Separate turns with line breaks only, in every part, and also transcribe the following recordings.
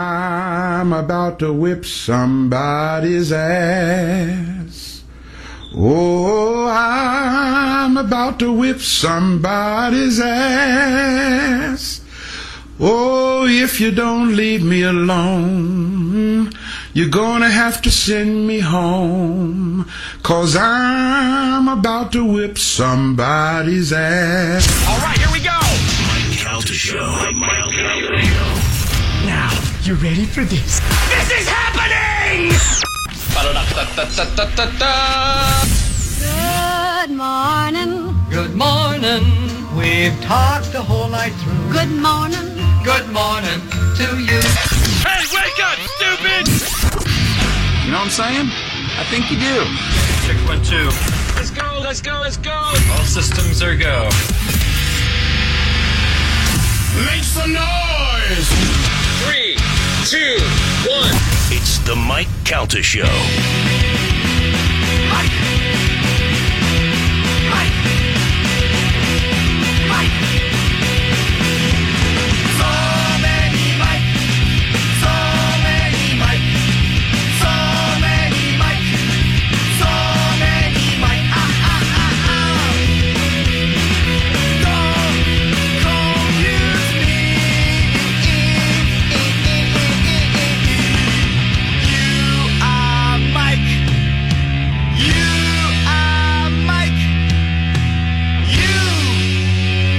I'm about to whip somebody's ass. Oh, I'm about to whip somebody's ass. Oh, if you don't leave me alone, you're gonna have to send me home. Cause I'm about to whip somebody's ass.
All right, here we go.
Calta Show.
Now, you ready for this?
This is happening.
Good morning.
Good morning. We've talked the whole night through.
Good morning.
Good morning to you.
Hey, wake up, stupid.
You know what I'm saying? I think you do.
Check one, two.
Let's go, let's go, let's go.
All systems are go.
Make some noise!
Three, two, one.
It's the Mike Calta Show.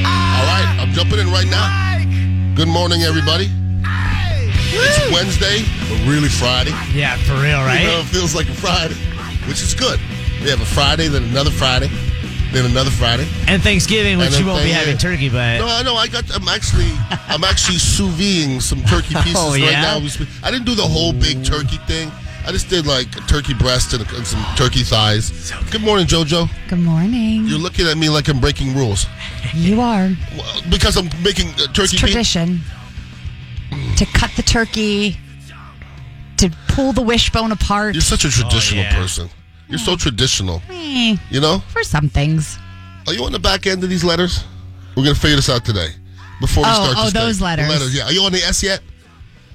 All right, I'm jumping in right now. Good morning, everybody. It's Wednesday, but really Friday.
Yeah, for real,
You know, it feels like a Friday, which is good. We have a Friday, then another Friday, then another Friday.
And Thanksgiving, which
And
you won't be
then-
having turkey, but
No, I know. I got. I'm actually. I'm actually sous videing some turkey pieces
Oh,
right
yeah?
now. We spe- I didn't do the whole big turkey thing. I just did like a turkey breast and, and some turkey thighs. Good morning, JoJo.
Good morning.
You're looking at me like I'm breaking rules
You are.
Well, because I'm making uh,
It's
turkey. pie-
tradition to cut the turkey, to pull the wishbone apart
You're such a traditional
Oh, yeah.
person. You're
Mm.
so traditional.
Eh,
You know?
for some things.
Are you on the back end of these letters? We're gonna figure this out today. Before we
Oh,
start
oh,
this
those
thing. The
letters. Uh,
Yeah. Are you on the S yet?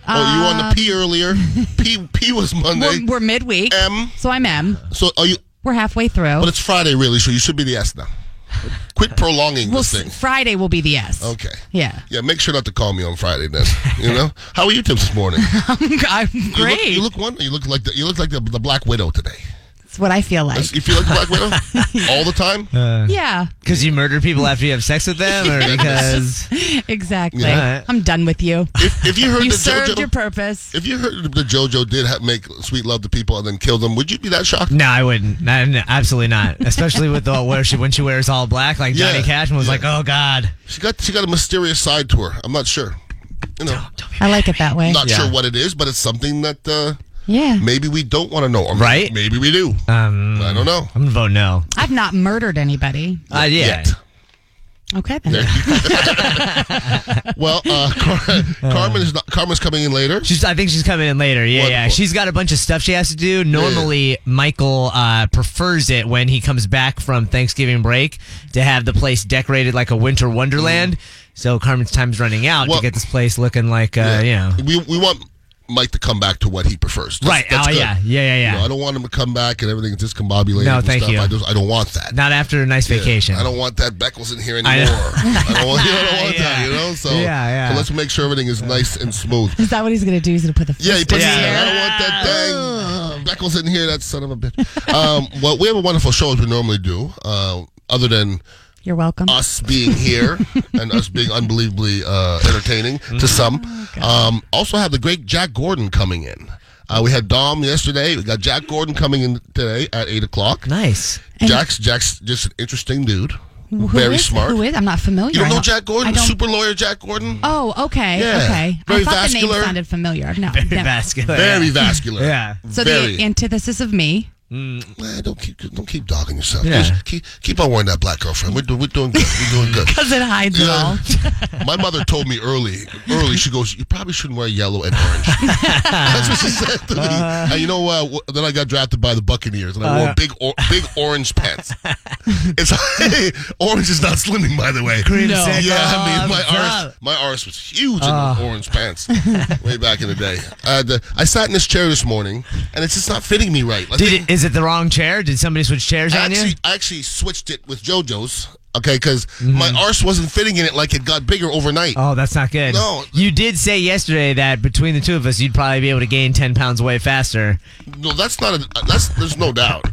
oh, you were on the P earlier. P P was Monday.
We're, we're midweek,
M.
so I'm M.
So are you?
We're halfway through.
But it's Friday, really. So you should be the S now. Quit prolonging
We'll
this
s-
thing.
Friday will be the S.
Okay.
Yeah.
Yeah. Make sure not to call me on Friday then. You know. How are you Tim, this morning?
I'm
You look-
great.
You look, one. You look like the, you look like the, the Black Widow today.
That's what I feel like.
You feel like the Black Widow all the time.
yeah,
because you murder people after you have sex with them, or because
exactly.
Yeah.
I'm done with you.
If, if you heard
You
the
served
JoJo,
your purpose.
If you heard that JoJo did ha- make sweet love to people and then kill them, would you be that shocked?
no, I wouldn't. No, no, absolutely not. Especially with the where she when she wears all black, like
Yeah,
Johnny Cash was like, oh god,
She got she got a mysterious side to her. I'm not sure. You know,
I like it that way.
not
Yeah.
sure what it is, but it's something that uh,
Yeah.
maybe we don't want to know, or
Right?
Maybe we do.
um,
I don't know.
I'm gonna vote no.
I've not murdered anybody.
Uh, yeah,
Yet.
Okay then.
Well, uh, Car- Carmen is not, Carmen's coming in later.
She's, I think she's coming in later. Yeah, yeah.
Wonderful.
She's got a bunch of stuff she has to do. Normally, Michael uh, prefers it when he comes back from Thanksgiving break to have the place decorated like a winter wonderland. So Carmen's time's running out
Mm-hmm. Well-
to get this place looking like, uh, you know.
we we want Mike to come back to what he prefers. That's-
Right.
that's
oh,
good.
yeah. Yeah,
You
yeah,
know,
yeah.
I don't want him to come back and everything's discombobulated.
No,
and
thank
stuff.
you.
I, just, I don't want that.
Not after a nice vacation.
I don't want that Beckles in here anymore.
I
I
know.
don't want, I don't want that,
Yeah.
you know? So,
Yeah, yeah.
so let's make sure everything is nice and smooth.
Is that what he's gonna do? He's gonna put the
Yeah, he
fist
puts
in
it
Yeah.
in.
the air?
I don't want that thing. Beckles in here, that son of a bitch. Um, well, we have a wonderful show as we normally do, uh, other than
You're welcome.
us being here and us being unbelievably uh, entertaining
Mm.
to
Oh,
some. Um, also, have the great Jack Gordon coming in. Uh, we had Dom yesterday. We got Jack Gordon coming in today at 8 o'clock.
Nice.
Jack's, Jack's just an interesting dude.
Who
Very
is-
smart.
Who is? I'm not familiar.
You don't
I
know Jack Gordon?
I don't-
Super lawyer Jack Gordon?
oh, okay.
Yeah.
Okay.
Very
I thought the
vascular.
name sounded familiar. No.
Very
never.
vascular.
Very
yeah.
vascular.
Yeah.
So
Very.
the antithesis of me.
Man, don't keep don't keep dogging yourself.
Yeah.
Just keep keep on wearing that black girlfriend. We're, do, we're doing good. We're doing good.
Because it hides it all.
Yeah. My mother told me early, early, she goes, You probably shouldn't wear yellow and orange. That's what she said to me.
Uh-huh.
and you know what? Wh- Then I got drafted by the Buccaneers and I wore big or- big orange pants. it's Orange is not slimming, by the way.
No. sack
Yeah, I
all
mean, my
the time.
arse, my arse was huge in
Uh.
those orange pants way back in the day. Uh, the, I sat in this chair this morning and it's just not fitting me right. I think-
Did it, is it the wrong chair? Did somebody switch chairs
I
on you?
actually, I actually switched it with JoJo's. Okay, because
Mm-hmm.
my arse wasn't fitting in it like it got bigger overnight.
Oh, that's not good.
No.
You did say yesterday that between the two of us, you'd probably be able to gain 10 pounds away faster.
No, that's not a. That's there's no doubt.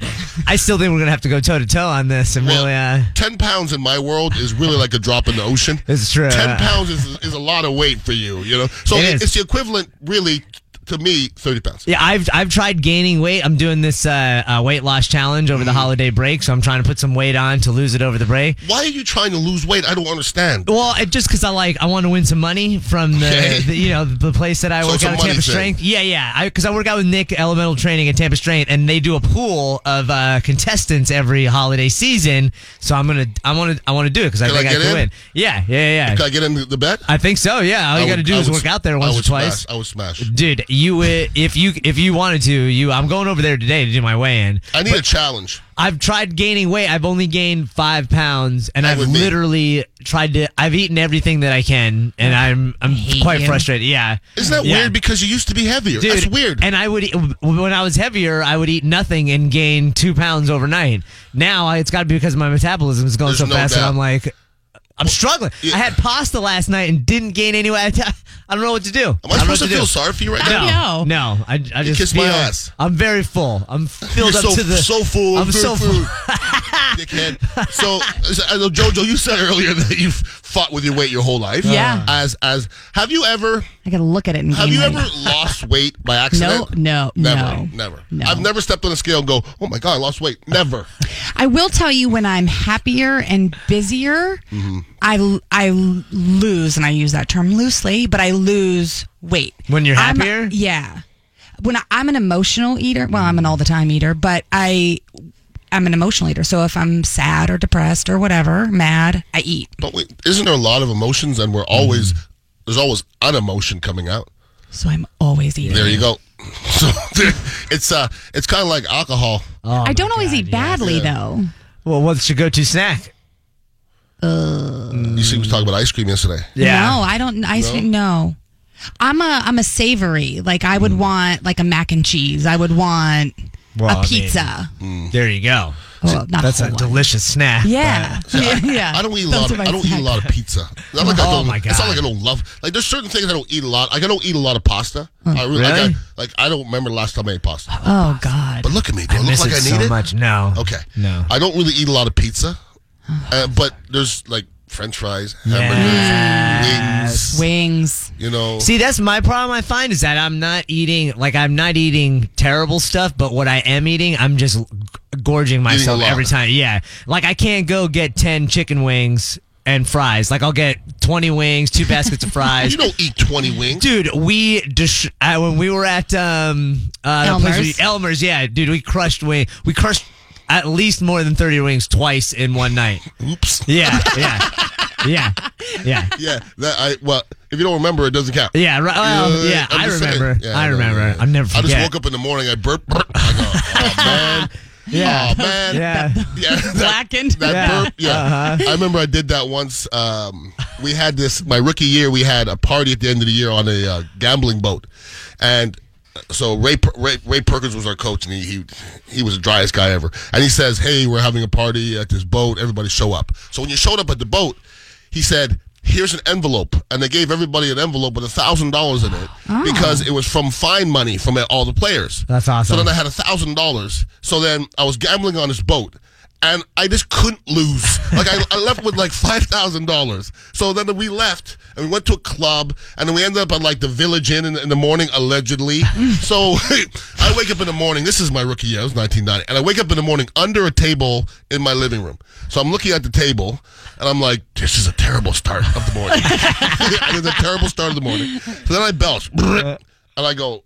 I still think we're going to have to go toe to toe on this and
Well,
really, uh,
ten pounds in my world is really like a drop in the ocean.
It's true.
Ten pounds is, is a lot of weight for you. You know, so
It
it-
is.
it's the equivalent, really, to me, thirty pounds.
Yeah, I've I've tried gaining weight. I'm doing this uh, uh, weight loss challenge over the
Mm-hmm.
holiday break, so I'm trying to put some weight on to lose it over the break.
Why are you trying to lose weight? I don't understand.
Well, it, just because I like, I want to win some money from the,
Okay.
the you know the place that I
So
work
it's a
out at
money
Tampa
thing.
Strength. Yeah, yeah, because I, work out with Nick Elemental Training at Tampa Strength, and they do a pool of uh, contestants every holiday season. So I'm gonna I want to I want to do it because I
Can I
think I,
get
can
in?
win. Yeah, yeah, yeah.
Can I get in the, the bet?
I think so. Yeah, all you
I
got to
would-
do
I
is
would-
work out there
I
once or
would
twice.
smash. I would smash.
Dude, you would if you if you wanted to, you I'm going over there today to do my weigh-in.
I need a challenge.
I've tried gaining weight. I've only gained five pounds, and
That
I've
would be-
literally tried to. I've eaten everything that I can, and I'm I'm
hate
quite
you.
frustrated. Yeah,
Isn't that
Yeah.
weird? Because you used to be heavier.
Dude,
That's weird.
And I would eat- when I was heavier, I would eat nothing and gain two pounds overnight. Now I- it's got to be because my metabolism is going
There's
so
no
fast that
doubt.
I'm like. I'm struggling.
yeah.
I had pasta last night and didn't gain any weight. I t- I don't know what to do.
Am I
don't know
supposed
what
to feel
do.
sorry for you right now?
No, no. I, I just
kissed
feel,
my ass.
I'm very full. I'm
You're
filled up
so,
to the
so full.
I'm
of
so
food,
full.
food, dickhead. So, so, I know, Jojo, you said earlier that you've fought with your weight your whole life.
Yeah.
As as have you ever
I gotta look at it and
have
gain
you
weight.
ever lost weight by accident?
no,
never,
no,
never.
no.
I've never stepped on a scale and go, oh my god, I lost weight. Never.
I will tell you when I'm happier and busier,
Mm-hmm.
I I lose, and I use that term loosely, but I lose weight
When you're
I'm-
happier?
yeah. When I, I'm an emotional eater, well, I'm an all the time eater, but I I'm an emotional eater. So if I'm sad or depressed or whatever, mad, I eat.
But wait, isn't there a lot of emotions and we're always
Mm.
there's always an emotion coming out.
So I'm always eating.
There you go. So it's uh it's kind of like alcohol.
I don't always eat badly though.
Well, what's your go-to snack?
You see, we was talking about ice cream yesterday.
No, I don't. I no. no. I'm a I'm a savory. Like I
Mm.
would want like a mac and cheese. I would want
Well, I
a
mean,
pizza.
there you go.
Well, not
That's
a
a
whole lot.
delicious snack.
Oh, Yeah. yeah, yeah.
I don't eat a lot.
Those are
Of,
my
I don't eat a
snack.
lot of pizza. Not like I
Oh
don't,
my
It's not
God.
like I don't love. Like there's certain things I don't eat a lot. Like I don't eat a lot of pasta. I really, like,
Oh. Really?
I, like I don't remember the last time I ate pasta.
Oh God.
But look at me. Do I,
I
look
miss
like
it
I need
so
it?
much. No.
Okay.
No.
I don't really eat a lot of pizza, uh, but there's like French fries, hamburgers,
Yes.
wings.
Wings.
You know.
See, that's my problem. I find is that I'm not eating like I'm not eating terrible stuff, but what I am eating, I'm just g- gorging myself
lot.
every time. Yeah, like I can't go get ten chicken wings and fries. Like I'll get twenty wings, two baskets of fries.
you don't eat 20 wings.
Dude, we dis- uh, when we were at um uh, the place
Elmer's?
we- Elmer's, yeah, dude, we crushed wing, we crushed at least more than thirty wings twice in one night.
Oops.
Yeah, yeah, yeah, yeah,
Yeah. That I well, if you don't remember, it doesn't count.
yeah. Right, well,
Yeah,
yeah,
I'm
I
just saying.
remember.
Yeah,
I
know,
remember.
yeah, yeah.
I'll never
I
forget.
just woke up in the morning. I burp. burp. I go, oh, man.
Yeah.
Oh, man.
Yeah.
Yeah, that-
Blackened.
That
Yeah.
burp. Yeah. I remember I did that once. Um, we had this my rookie year. We had a party at the end of the year on a uh, gambling boat, and uh, so Ray, Per- Ray Ray Perkins was our coach, and he he he was the driest guy ever. And he says, "Hey, we're having a party at this boat. Everybody show up." So when you showed up at the boat, he said. Here's an envelope, and they gave everybody an envelope with a thousand dollars in it because it was from fine money from all the players.
Ah. That's awesome.
So then I had a thousand dollars. So then I was gambling on this boat, and I just couldn't lose. Like I, I left with like five thousand dollars. So then we left and we went to a club, and then we ended up at like the Village Inn in, in the morning, allegedly. so I wake up in the morning. This is my rookie year. It was nineteen ninety, and I wake up in the morning under a table in my living room. So I'm looking at the table, and I'm like, "This is a terrible start of the
Uh.
morning. it's a terrible start of the morning." So then I belch, and I go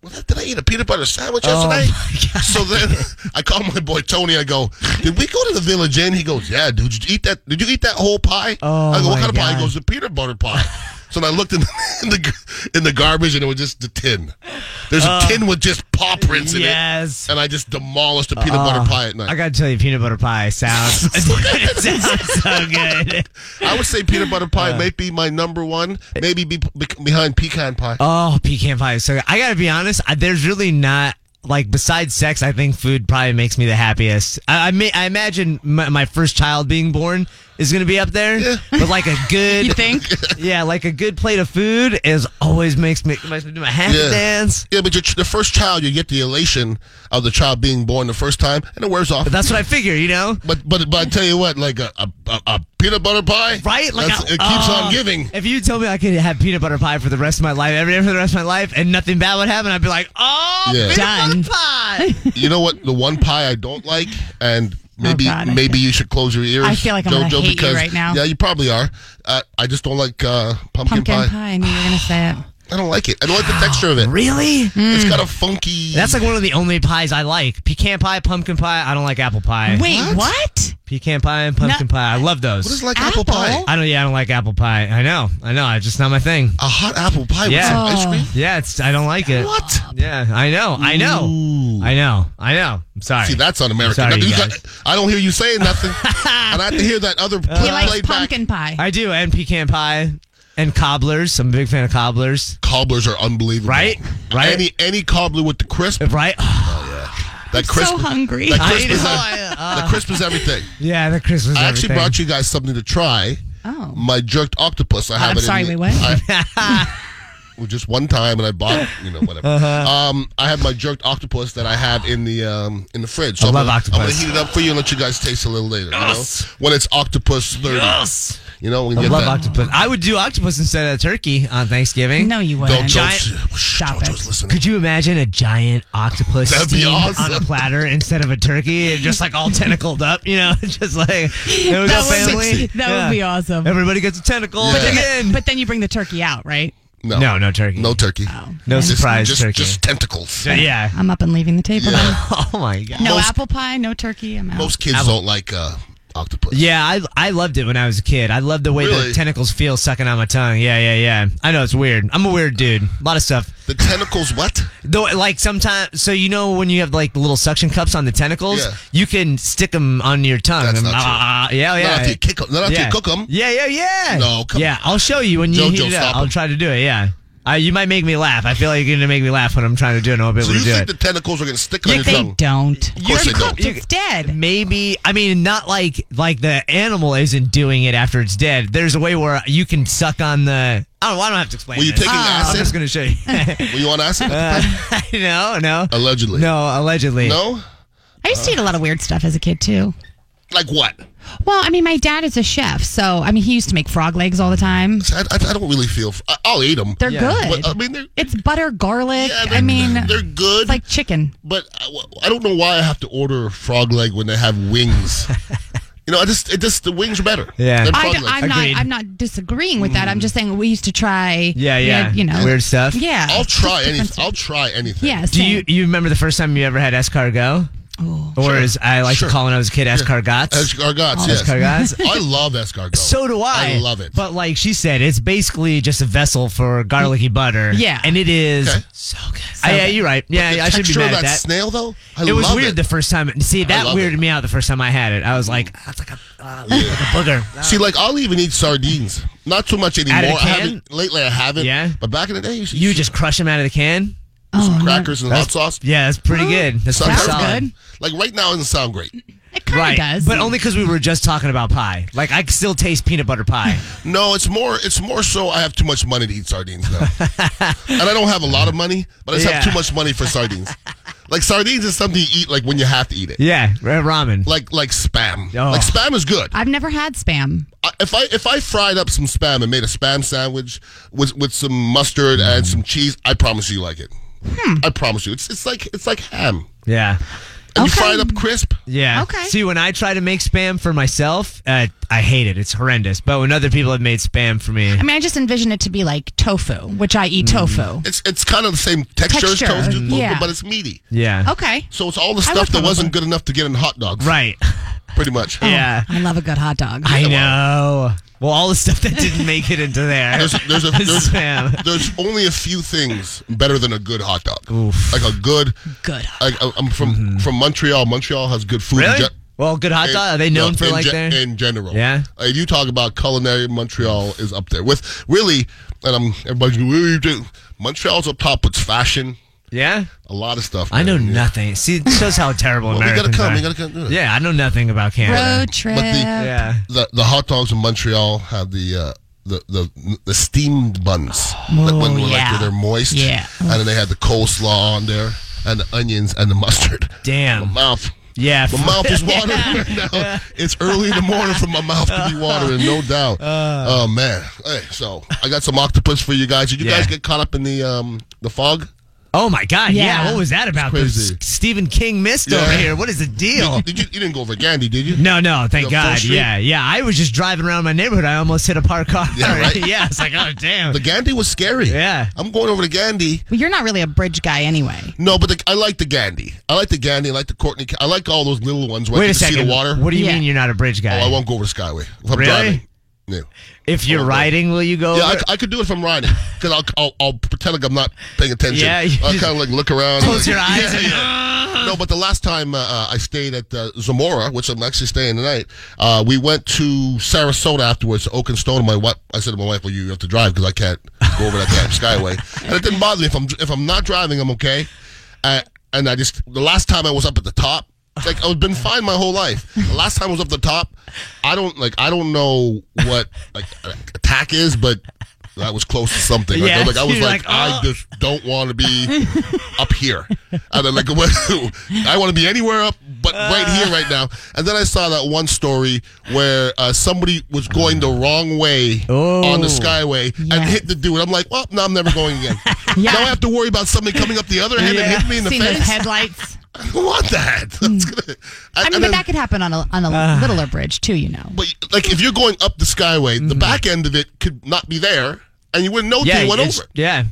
Well, did I eat a peanut butter sandwich
Oh,
yesterday?
my God.
So then I call my boy Tony. I go, "Did we go to the Village Inn?" He goes, "Yeah, dude. Did you eat that? Did you eat that whole pie?"
Oh,
I go, "What
my
kind of pie?"
God.
He goes, "The peanut butter pie." so then I looked in the, in the in the garbage, and it was just the tin. There's a
Oh.
tin with just paw prints in
Yes.
it, and I just demolished a peanut butter pie at night.
Uh-huh. I gotta tell you, peanut butter pie sounds it sounds so good.
I would say peanut butter pie
Uh.
may be my number one, maybe be, be, behind pecan pie.
Oh, pecan pie is so good. I gotta be honest. I, there's really not like besides sex. I think food probably makes me the happiest. I I, may, I imagine my, my first child being born is gonna be up there.
Yeah.
But like a good,
You think?
yeah, like a good plate of food is always makes me makes me do my happy
Yeah.
dance.
yeah, but your, the first child, you get the elation of the child being born the first time, and it wears off.
But that's what I figure, you know.
But but but I tell you what, like a a, a, a peanut butter pie,
Right? Like
that's-
I-
it keeps
oh.
uh.
on giving.
If you told me I could have peanut butter pie for the rest of my life, every day for the rest of my life, and nothing bad would happen, I'd be like, oh,
Yeah.
peanut
Done.
butter pie.
You know what? The one pie I don't like, and maybe
Oh, God, I
maybe you should close your ears.
I feel like I'm gonna
JoJo,
hate you
because,
right now.
Yeah, you probably are. Uh, I just don't like uh, pumpkin,
Pumpkin
pie.
pie. Ah, I knew you were going to say it.
I don't like it. I don't like the texture of it.
really?
It's
mm.
got a funky.
That's like one of the only pies I like. Pecan pie, pumpkin pie. I don't like apple pie.
Wait, what?
Pecan pie and pumpkin pie. I love those.
what is like apple, pie?
I don't. Yeah, I don't like apple pie. I know. I know. It's just not my thing.
A hot apple pie
Yeah.
with some ice cream.
Yeah, it's. I don't like it.
What?
Yeah, I know. I know. I know. I know. I'm sorry.
See, that's un-American.
Sorry,
Now,
you
you got-
guys.
I don't hear you saying nothing, and I have to hear that other clip
He likes
played back.
pumpkin pie.
I do. And pecan pie and cobblers. I'm a big fan of cobblers.
Cobblers are unbelievable,
Right? Right?
Any any cobbler with the crisp,
Right?
that crisp,
so hungry.
that
I
crisp is
know,
ev-
I-
the crisp is everything.
Yeah, the Christmas.
I actually brought you guys something to try.
Oh.
My jerked octopus. I have
I'm
it. in
sorry,
the-
wait, what?
I- well, just one time, and I bought you know whatever.
Uh-huh.
Um, I have my jerked octopus that I have in the um in the fridge. So
I
am
love
gonna, I'm gonna
octopus.
heat it up for you and let you guys taste a little later.
Yes.
You know when it's octopus thirty.
Yes.
You know when you
I
get
love
that.
octopus. I would do octopus instead of turkey on Thanksgiving.
No, you
Don't,
wouldn't.
don't,
Giant-
shh, don't
Stop it.
listen.
Could you imagine a giant octopus
That'd be
steamed
awesome.
on a platter instead of a turkey and just like all tentacled up, you know, just like there we go,
That would
family.
be- that would be awesome.
Everybody gets a tentacle
But then-
again.
But then you bring the turkey out, right?
No,
no, no turkey.
no turkey.
No
Just-
surprise
just,
turkey.
Just tentacles.
So, yeah.
I'm up and leaving the table. then.
Oh my god.
No
Most-
apple pie, no turkey. I'm out.
Most kids don't like uh, octopus.
Yeah, I I loved it when I was a kid. I loved the way
Really?
the tentacles feel sucking on my tongue. Yeah, yeah, yeah. I know it's weird. I'm a weird dude. A lot of stuff.
The tentacles. What?
Though, like sometimes, so you know when you have like the little suction cups on the tentacles,
Yeah.
you can stick them on your tongue.
That's
and,
not true.
ah, ah, yeah, yeah.
Not if you kick 'em- not if you cook 'em.
Yeah, yeah, yeah.
No, come
yeah. I'll show you when you
Jojo,
heat it up.
stop
I'll
'em.
try to do it. Yeah, I, you might make me laugh. I feel like you're gonna make me laugh when I'm trying to do it. and I won't be
So
able
you
to do
think
it.
the tentacles are going to stick on your
they
tongue?
don't.
Of course
They're
they don't.
cooked. It's dead.
Maybe I mean not like like the animal isn't doing it after it's dead. There's a way where you can suck on the. I don't. I don't have to explain.
Were you
this.
taking
Ah.
I'm
acid?
just gonna show you.
Were you on acid?
no, no,
Allegedly.
Uh, no. Allegedly,
No?
I used to eat a lot of weird stuff as a kid too.
Like what?
Well, I mean, my dad is a chef, so I mean, he used to make frog legs all the time.
I, I, I don't really feel. f- I, I'll eat them.
They're
Yeah.
good.
But, I mean, they're.
it's butter, garlic.
Yeah,
I
they're-
mean,
they're good,
it's like chicken.
but I, I don't know why I have to order a frog leg when they have wings. you know, I just it just the wings are better.
Yeah.
than
I,
frog
am
legs.
not.
Agreed.
I'm not disagreeing with that. I'm just saying we used to try.
Yeah,
we
yeah.
had, You know,
weird stuff.
Yeah.
I'll try anything.
different-
I'll try anything.
Yeah.
Do you
same.
you remember the first time you ever had escargot?
Oh.
or as I like
Sure.
to call when I was a kid, escargots.
Escargots. yes.
Oh, Escargots.
I love escargot.
So do I.
I love it.
But like she said, it's basically just a vessel for garlicky butter.
Yeah.
and it is.
Okay.
So good. yeah, you're right. Yeah,
the
I should be
texture
mad
of that,
at that.
snail though. I
it was
love
weird
it.
the first time. See, that
love
weirded
it.
me out the first time I had it. I was like, that's like a, ah, like a booger.
See, like I'll even eat sardines. Not too much anymore.
Out of the
I
can?
haven't lately. I haven't.
Yeah.
But back in the day, you,
You just crush them out of the can.
Oh, no.
crackers and hot sauce.
Yeah, that's pretty good. That's pretty
Sounds
solid.
good.
Like right now, it doesn't sound great.
It kind of
Right,
does.
but only because we were just talking about pie. Like I can still taste peanut butter pie.
No, it's more. It's more so. I have too much money to eat sardines now, and I don't have a lot of money, but I just have
Yeah.
too much money for sardines. like sardines is something you eat like when you have to eat it.
yeah, ra- ramen.
Like like spam.
Oh.
Like spam is good.
I've never had spam.
I- if I if I fried up some spam and made a spam sandwich with with some mustard and some cheese, I promise you, you like it. I promise you, it's it's like it's like ham.
Yeah.
And you
Okay.
fry it up crisp.
Yeah.
Okay.
See, when I try to make spam for myself, uh, I hate it. It's horrendous. But when other people have made spam for me,
I mean, I just envision it to be like tofu, which I eat
Mm.
tofu.
It's it's kind of the same texture,
Texture,
as toast,
yeah.
but it's meaty.
yeah.
Okay.
So it's all the
I
stuff
would
that wasn't
probably-
good enough to get in hot dogs.
Right.
Pretty much.
yeah.
I love a good hot dog.
I know. Well, all the stuff that didn't make it into there.
There's there's a, there's,
spam.
there's only a few things better than a good hot dog. Like a good.
Good.
Like I, I'm from from Montreal. Montreal has good food. in
Really?
gen-
Well, good hot
in-
dog. Are they known
no,
for
in
like
gen-
their
in general?
Yeah.
Uh, If you talk about culinary, Montreal is up there with really, and I'm everybody's going, "What do you do?" Montreal's up top with fashion,
Yeah.
a lot of stuff.
I know
man.
nothing. See, it shows how terrible
Well, you gotta
Americans
come,
are.
you gotta come do it.
Yeah, I know nothing about Canada.
Road trip.
Yeah.
the the hot dogs in Montreal have the uh, the, the the steamed buns. like when
Oh,
they're,
yeah.
like, they're moist.
Yeah.
And then they had the coleslaw on there and the onions and the mustard.
Damn.
My mouth.
Yeah.
My mouth is watering right now. It's early in the morning for my mouth to be watering, no doubt.
Uh.
oh man. Hey, so I got some octopus for you guys. Did you
Yeah.
guys get caught up in the um the fog?
Oh my God! Yeah.
Yeah.
What was that about? The
crazy.
S- Stephen King missed over
Yeah.
here. What is the deal?
Did, did you you didn't go over Gandhi, did you?
No, no, thank
You know, Full
God.
Street?
Yeah, yeah. I was just driving around my neighborhood. I almost hit a parked car.
Yeah, right?
yeah, it's like, oh damn.
The Gandhi was scary.
Yeah.
I'm going over to Gandhi.
Well, you're not really a bridge guy anyway.
No, but the, I like the Gandhi. I like the Gandhi. I like the Courtney. I like all those little ones where
Wait
you
a
can
second.
see the water.
What do you
Yeah.
mean you're not a bridge
oh,
guy?
I won't go over the Skyway. If I'm
Really?
driving. No.
if you're
Oh, no.
riding, will you go?
Yeah, I,
over-
I could do it if I'm riding because I'll, I'll I'll pretend like I'm not paying attention.
Yeah, you
I'll
just
kind of like look around.
close
like-
your eyes
Yeah,
and-
yeah. No, but the last time uh, uh, I stayed at uh, Zamora, which I'm actually staying tonight, uh, we went to Sarasota afterwards to Oak and Stone. My wife, I said to my wife, "Well, you have to drive because I can't go over that damn skyway." And it didn't bother me if I'm if I'm not driving, I'm okay. Uh, and I just the last time I was up at the top, it's like I've been fine my whole life. The last time I was up the top, I don't like I don't know what like an attack is, but. That was close to something. Like,
Yeah,
I- like I was
you're
like,
like,
I
"Oh."
just don't want to be up here. And then like, what- I want to be anywhere up, but right here, right now. And then I saw that one story where uh, somebody was going the wrong way on the
Oh.
skyway and
Yes.
hit the dude. I'm like, well, no, I'm never going again.
Yeah.
Now I have to worry about somebody coming up the other end and
Yeah.
hitting me in the
See those
face.
headlights.
I don't want that. That's gonna,
I mean,
and
but
then-
that could happen on a on a littler bridge too. You know.
but like, if you're going up the skyway, the back end of it could not be there, and you wouldn't know
Mm-hmm. yeah,
till you went
it's-
over. it.
yeah.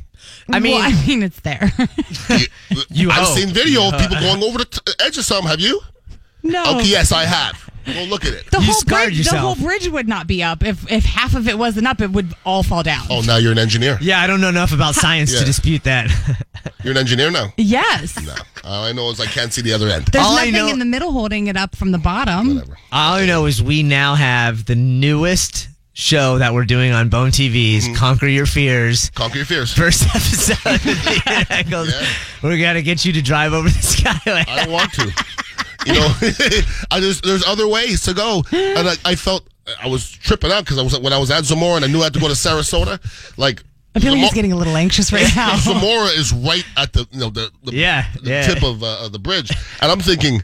I mean,
well, I mean, it's there.
You,
You
I've
hope. Oh.
seen video of people going over the t- edge of something. Have you?
no.
Okay, yes, I have. Go look at it.
The
You
whole
scarred
bridge, the whole
yourself.
bridge would not be up if if half of it wasn't up. It would all fall down.
Oh, now you're an engineer.
yeah, I don't know enough about science
Yeah.
to dispute that.
You're an engineer now.
Yes.
No, all I know is I can't see the other end.
There's
All I
nothing
know-
in the middle holding it up from the bottom.
Whatever.
All I know is we now have the newest show that we're doing on Bone TV's
Mm-hmm.
Conquer Your Fears.
Conquer your fears.
First episode of the internet goes,
Yeah.
we got to get you to drive over the skyway.
I don't want to. You know, I just there's other ways to go, and I, I felt I was tripping out because I was when I was at Zamora and I knew I had to go to Sarasota. Like
I feel like he's
Zamo-
getting a little anxious right now.
Zamora is right at the you know the, the,
Yeah,
the
yeah.
tip of, uh, of the bridge, and I'm thinking.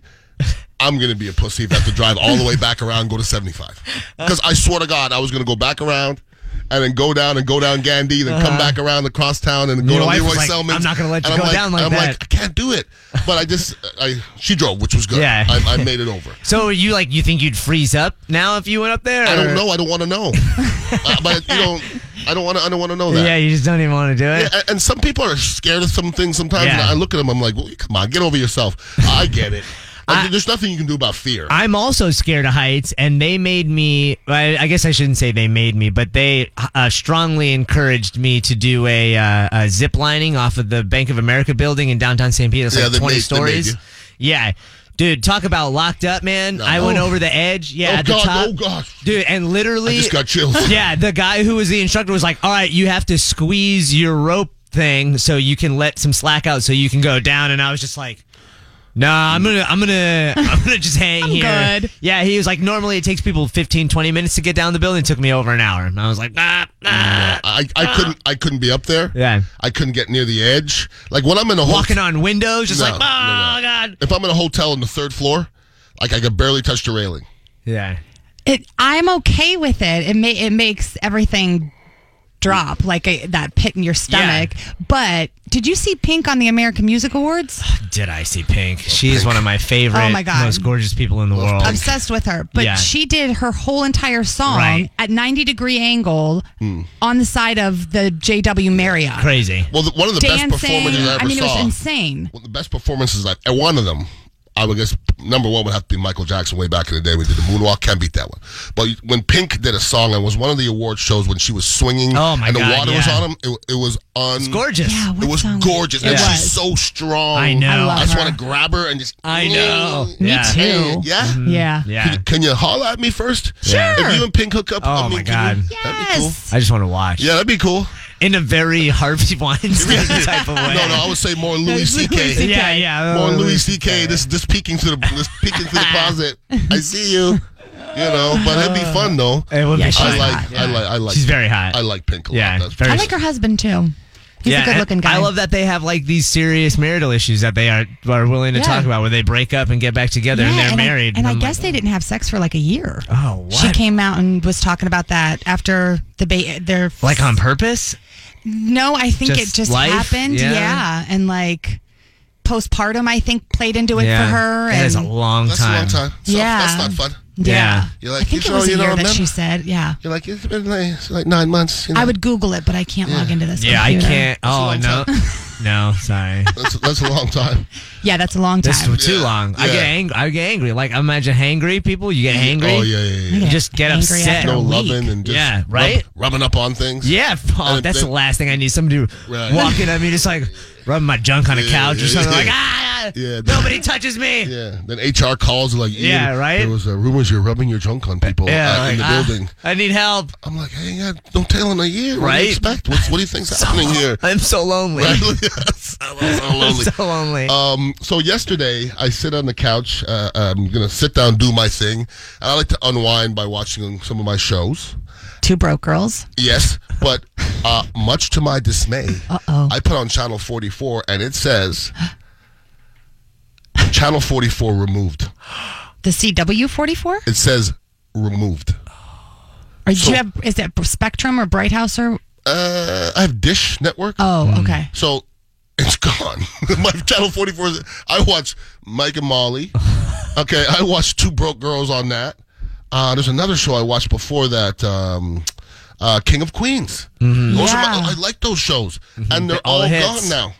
I'm gonna be a pussy if I have to drive all the way back around, and go to 75. Because I swear to God, I was gonna go back around, and then go down and go down Gandhi, then come back around across town and go
Uh-huh. Your
to
wife
Leroy
was like,
Selman's.
"I'm not gonna let you
And
go
I'm
down like
and I'm
that."
like, I can't do it. But I just, I she drove, which was good.
Yeah.
I, I made it over.
So you like you think you'd freeze up now if you went up there?
I
or-
don't know. I don't want to know. Uh, but you know, I don't want to. I don't want to know that.
Yeah, you just don't even want to do it.
Yeah, and- and some people are scared of some things sometimes.
Yeah.
And I look at them, I'm like, well, come on, get over yourself. I get it. Like,
I-
there's nothing you can do about fear.
I'm also scared of heights, and they made me. I, I guess I shouldn't say they made me, but they uh, strongly encouraged me to do a, uh, a zip lining off of the Bank of America building in downtown St. Pete. It's
Yeah,
like
they made-
20
they made
stories.
you.
Yeah. Dude, talk about locked up, man.
No.
I went
Oh.
over the edge. Yeah,
Oh,
at the
God.
top.
Oh, gosh.
Dude, and literally.
I just got chills.
Yeah, the guy who was the instructor was like, "All right, you have to squeeze your rope thing so you can let some slack out so you can go down." And I was just like, "Nah, I'm going to I'm going to I'm going to just hang here."
good.
Yeah, he was like, "Normally it takes people 15 20 minutes to get down the building. It took me over an hour." And I was like, "Ah, ah."
I, I couldn't I couldn't be up there.
Yeah.
I couldn't get near the edge. Like when I'm in a hotel,
Walking on windows, just
No,
like, "Oh
no, no.
god."
if I'm in a hotel on the third floor, like I could barely touch the railing.
Yeah.
It, I'm okay with it. It may it makes everything drop, like a, that pit in your stomach. But did you see Pink on the American Music Awards?
Did I see Pink?
Oh,
She's one of my favorite,
Oh my God.
most gorgeous people in the world.
Obsessed with her, but
Yeah.
she did her whole entire song
Right.
at 90 degree angle on the side of the JW Marriott.
Crazy.
Well, the, one of the
Dancing.
best performances I ever
I mean, it
saw.
was insane.
One of the best performances I've, and one of them, I would guess number one would have to be Michael Jackson way back in the day. We did the moonwalk, can't beat that one. But when Pink did a song and was one of the award shows when she was swinging
Oh, my
and the
God,
water was
yeah. Oh,
on him, it, it was un.
It's gorgeous.
Yeah, what
It was
song
gorgeous, and
It
she's
was.
so strong.
I know. I
love
just
her.
want to grab her and just. Mm,
I know.
Me
Yeah.
too.
Yeah.
Yeah.
Yeah.
Can you holler at me first?
Yeah.
If you and Pink hook up,
Oh,
I mean,
my
can you-
God.
That'd be cool.
Yes.
I just want to watch.
Yeah, that'd be cool.
In a very Harvey Weinstein type of way.
No, no, I would say more Louis C.K.
Yeah, yeah.
More Louis C.K. This this peeking through the this peeking through the closet. I see you. You know, but it'd
Uh,
be fun though.
It would
Yeah,
be
she's
I
fun.
like, I like, I like.
She's very hot.
I like Pink a lot.
Yeah,
That's-
very-
I like her husband too. He's a
Yeah,
good
and
looking guy.
I love that they have like these serious marital issues that they are are willing to
Yeah.
talk about, where they break up and get back together and they're
I-
married.
and I
I'm
guess
like,
they didn't have sex for like a year.
Oh, what?
She came out and was talking about that after the ba- their
like on purpose.
No, I think
Just
it just
life?
happened.
Yeah.
Yeah. and like postpartum, I think played into it for her.
that
and
is a long
That's
time.
a long time. So
Yeah.
That's not fun.
Yeah.
Yeah,
You're like,
I think
you
it was
sure
a
you
year
don't
that she
remember?
said. Yeah,
You're like, it's been like, it's like nine months. You know?
I would Google it, but I can't log into this.
Yeah, I
computer.
can't. Oh
long
no, no, sorry.
That's, that's a long time.
Yeah, that's a long time.
This was too
Yeah.
long. I
Yeah.
get angry. I get angry. Like imagine hangry people. You get hangry.
Oh yeah, yeah, yeah.
You
yeah.
just get
Angry
upset.
after
No
a week.
loving and just
Yeah,
rub-
right?
rubbing up on things.
Yeah, oh,
And
that's
then-
the last thing I need. Somebody
Right.
walking at me, just like rubbing my junk on a
Yeah,
couch
yeah,
or something.
yeah.
Like ah,
Yeah, that-
nobody touches me.
Yeah. Then HR calls like, Ian,
Yeah, right?
There was uh, rumors you're rubbing your junk on people
Yeah,
uh, in the
like, ah,
building.
I need help.
I'm like, hey, yeah, don't tell in a year. What do
Right?
you expect? What's, what do you think's happening here?
I'm so lonely.
Right? Yes. I was so
I'm
lonely.
so lonely.
Um, so yesterday, I sit on the couch. Uh, I'm gonna sit down, do my thing, and I like to unwind by watching some of my shows.
Two broke girls.
Yes, but uh, much to my dismay,
Uh-oh.
I put on channel 44, and it says channel 44 removed.
The CW forty four.
It says removed.
Or do you have? Is it Spectrum or Bright House or?
Uh, I have Dish Network.
Oh,
Hmm.
okay.
So it's gone. My channel 44 is, I watch Mike and Molly. Okay, I watched Two Broke Girls on that. Uh, there's another show I watched before that, um, uh, King of Queens. Those are my-
Yeah.
I like those shows, and they're
all
all gone
hits.
now.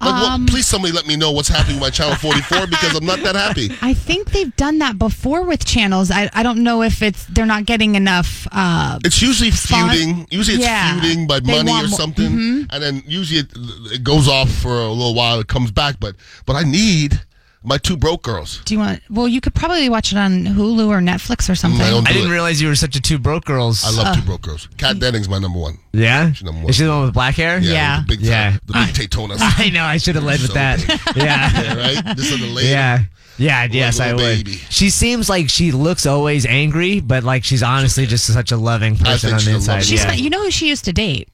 Like, well, please somebody let me know what's happening with my channel 44 because I'm not that happy.
I think they've done that before with channels. I, I don't know if it's they're not getting enough. Uh,
It's usually
Spon-
feuding. Usually it's
Yeah.
feuding by
They
money
want
or
mo- mm-hmm.
something, and then usually it, it goes off for a little while. It comes back, but but I need my two broke girls.
do you want? Well, you could probably watch it on Hulu or Netflix or something.
Mm, I don't do
I didn't
it.
realize you were such a two broke girls.
I love two broke girls. Kat Denning's my number one.
yeah,
She's number one.
is she the one with black hair?
Yeah.
the big
Yeah.
the big Taytonas.
I know. I should have led with
So
that.
Yeah,
Yeah.
right. This is the lady.
Yeah. Yeah, yes, I
little
would.
baby.
She seems like she looks always angry, but like she's honestly just such a loving person
think
on
she's
the
a
inside.
loving-
She's
yeah.
you know who she used to date.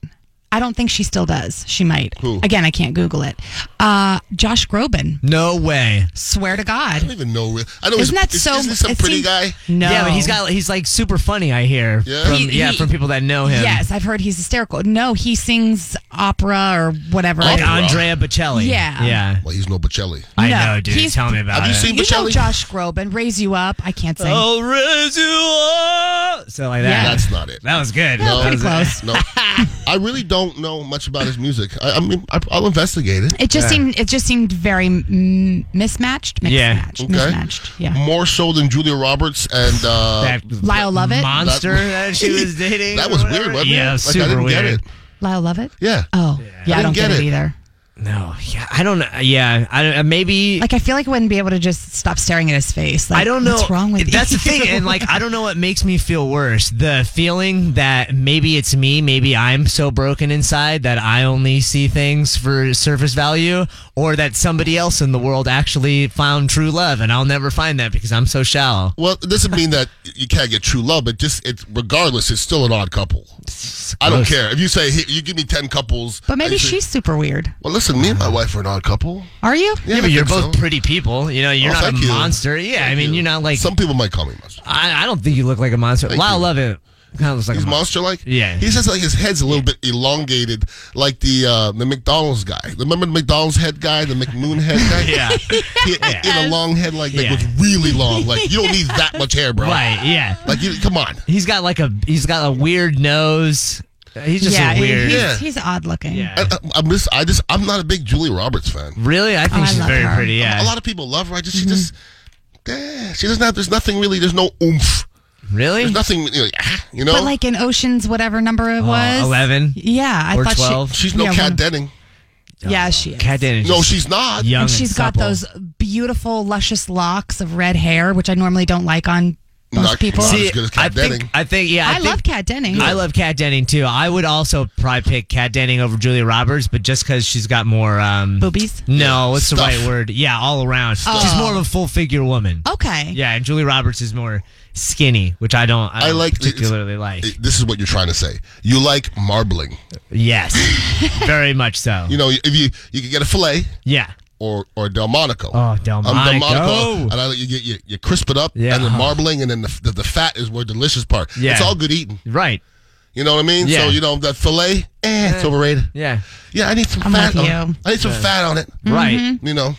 I don't think she still does. She might.
Who?
Again, I can't Google it. Uh, Josh Groban.
no way.
Swear to
I
God.
don't even know. re- I know.
Isn't
he's-
that
is-
so?
Isn't he some
it
pretty
seems-
guy?
No.
Yeah, but he's got he's like super funny. I hear.
Yeah?
From,
He-
yeah,
he-
from people that know him.
Yes, I've heard he's hysterical. No, he sings opera or whatever.
Like
Opera.
Andrea Bocelli.
Yeah.
Yeah.
Well, he's no Bocelli.
I
No,
know, dude.
he's-
Tell me about
Have you
it.
seen
You know
Bocelli?
Josh Groban. Raise you up. I can't sing.
Oh,
I'll raise you up. So like that.
Yeah.
That's not it.
That was good.
No.
That
pretty
was-
close.
No, I really don't know much about his music. I, I mean, I, I'll investigate it.
It just seemed it just seemed very mm, mismatched,
Yeah.
mismatched, mismatched.
Mm-hmm.
Yeah.
More so than Julia Roberts and uh,
That
Lyle Lovett.
monster that she was dating.
That
or
was
whatever.
weird, wasn't
yeah,
it? Like,
super
I didn't
weird.
get it.
Lyle Lovett.
Yeah.
Oh, yeah. I, don't get, it. either.
No, yeah, I don't know. Yeah, I don't. Maybe
Like I feel like I wouldn't be able to just stop staring at his face. Like,
I don't know.
what's wrong with
That's
you?
the thing, and like I don't know what makes me feel worse: the feeling that maybe it's me, maybe I'm so broken inside that I only see things for surface value, or that somebody else in the world actually found true love, and I'll never find that because I'm so shallow.
Well, it doesn't mean that you can't get true love, but just it's regardless, it's still an odd couple. I don't
gross.
care if you say "Hey, you give me ten couples,
but maybe
and you say,
she's super weird.
Well, listen, me and my wife are an odd couple.
Are you?
Yeah, I
but you're
think so.
both pretty people. You know, you're
Oh,
not a
thank you.
monster. Yeah, I
Thank
mean,
you.
you're not like.
Some people might call me monster.
I, I don't think you look like a monster.
Thank
Lyle
you.
Lovett Kind of looks like
He's
a
monster
monster.
like?
Uh-huh. Yeah.
He says like his head's a little bit elongated, like the uh, the McDonald's guy. Remember the McDonald's head guy, the McMoon head guy?
Yeah.
He, he had a long head like that
Yeah.
was really long. Like you don't need that much hair, bro.
Right. Yeah.
Like you come on.
He's got like a he's got a weird nose. He's just
yeah,
a
he-
weird.
He's,
Yeah.
he's odd looking.
Yeah.
I, I- uh, I'm just I just I'm not a big Julia Roberts fan.
Really, I think
Oh, I
she's
love
very
her.
pretty. Yeah.
A lot of people love her. I just she
Mm-hmm.
just eh, she doesn't have there's nothing really there's no oomph.
really.
There's nothing you know, ah, you know?
But like in Oceans, whatever number it was,
11
Yeah, I
Oh, or
thought
twelve.
she's no
yeah,
Cat
one-
Denning.
She, yeah, she. Is.
Cat Dennings.
No, she's not.
young.
and she's
and
got
supple.
those beautiful, luscious locks of red hair, which I normally don't like on most
Not-
people.
not
See,
as good as Kat
I
Denning.
think. I think. Yeah. I,
I,
think,
love Kat Denning.
I love Kat Denning too. I would also probably pick Kat Denning over Julia Roberts, but just because she's got more um,
boobies.
No, what's the
Stuff.
right word? Yeah, all around.
Oh.
She's more of a full figure woman.
Okay.
Yeah, and Julie Roberts is more skinny, which I don't. I,
I
don't
like-
particularly like.
Eh, This is what you're trying to say. You like marbling.
yes, very much so.
You know, if you you could get a filet
yeah.
or or Delmonico.
Oh, Delmonico.
I'm Delmonico,
Oh,
and I, you, get- you you crisp it up,
Yeah.
and the marbling, and then the, the the fat is where the delicious part.
Yeah.
It's all good eating.
Right.
You know what I mean?
Yeah.
So you know that filet, eh, it's overrated.
Yeah.
Yeah, I need some
I'm
fat.
with
On,
you.
I need some fat on it.
Mm-hmm.
Right.
You know,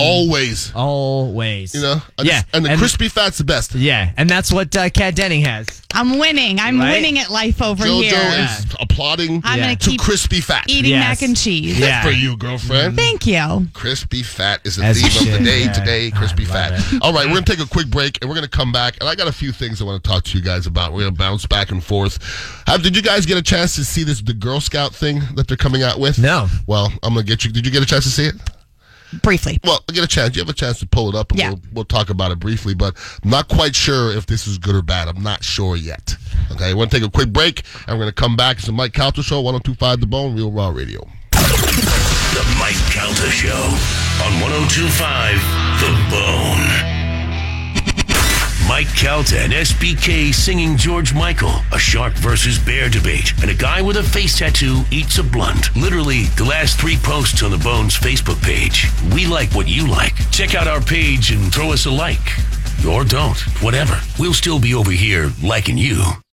always.
Always.
You know, I
Mm-hmm. Yeah.
just- and the crispy fat's the best.
Yeah, and that's what uh, Kat Denning has.
I'm winning. I'm
Right?
winning at life over
JoJo
here.
is applauding
I'm
Yeah.
gonna
to
keep
crispy fat.
eating Mm-hmm.
Yes.
mac and cheese.
Yeah.
For you, girlfriend.
Thank you.
Crispy fat is the
As
theme
you
of the
should,
day
yeah.
today.
God,
Crispy
love
fat.
it.
All right, we're gonna take a quick break and we're gonna come back. And I got a few things I want to talk to you guys about. We're gonna bounce back and forth. Have, did you guys get a chance to see this the Girl Scout thing that they're coming out with?
No.
Well, I'm gonna get you. Did you get a chance to see it?
Briefly.
Well, get a chance. You have a chance to pull it up, and
Yeah.
we'll, we'll talk about it briefly. But I'm not quite sure if this is good or bad. I'm not sure yet. Okay, we're gonna take a quick break, and we're gonna come back. It's the Mike Calter Show, 102.5 The Bone, Real Raw Radio.
The Mike Calter Show on 1025 The Bone. Mike Calta and SBK singing George Michael, a shark versus bear debate, and a guy with a face tattoo eats a blunt. Literally, the last three posts on the Bones Facebook page. We like what you like. Check out our page and throw us a like. Or don't. Whatever. We'll still be over here liking you.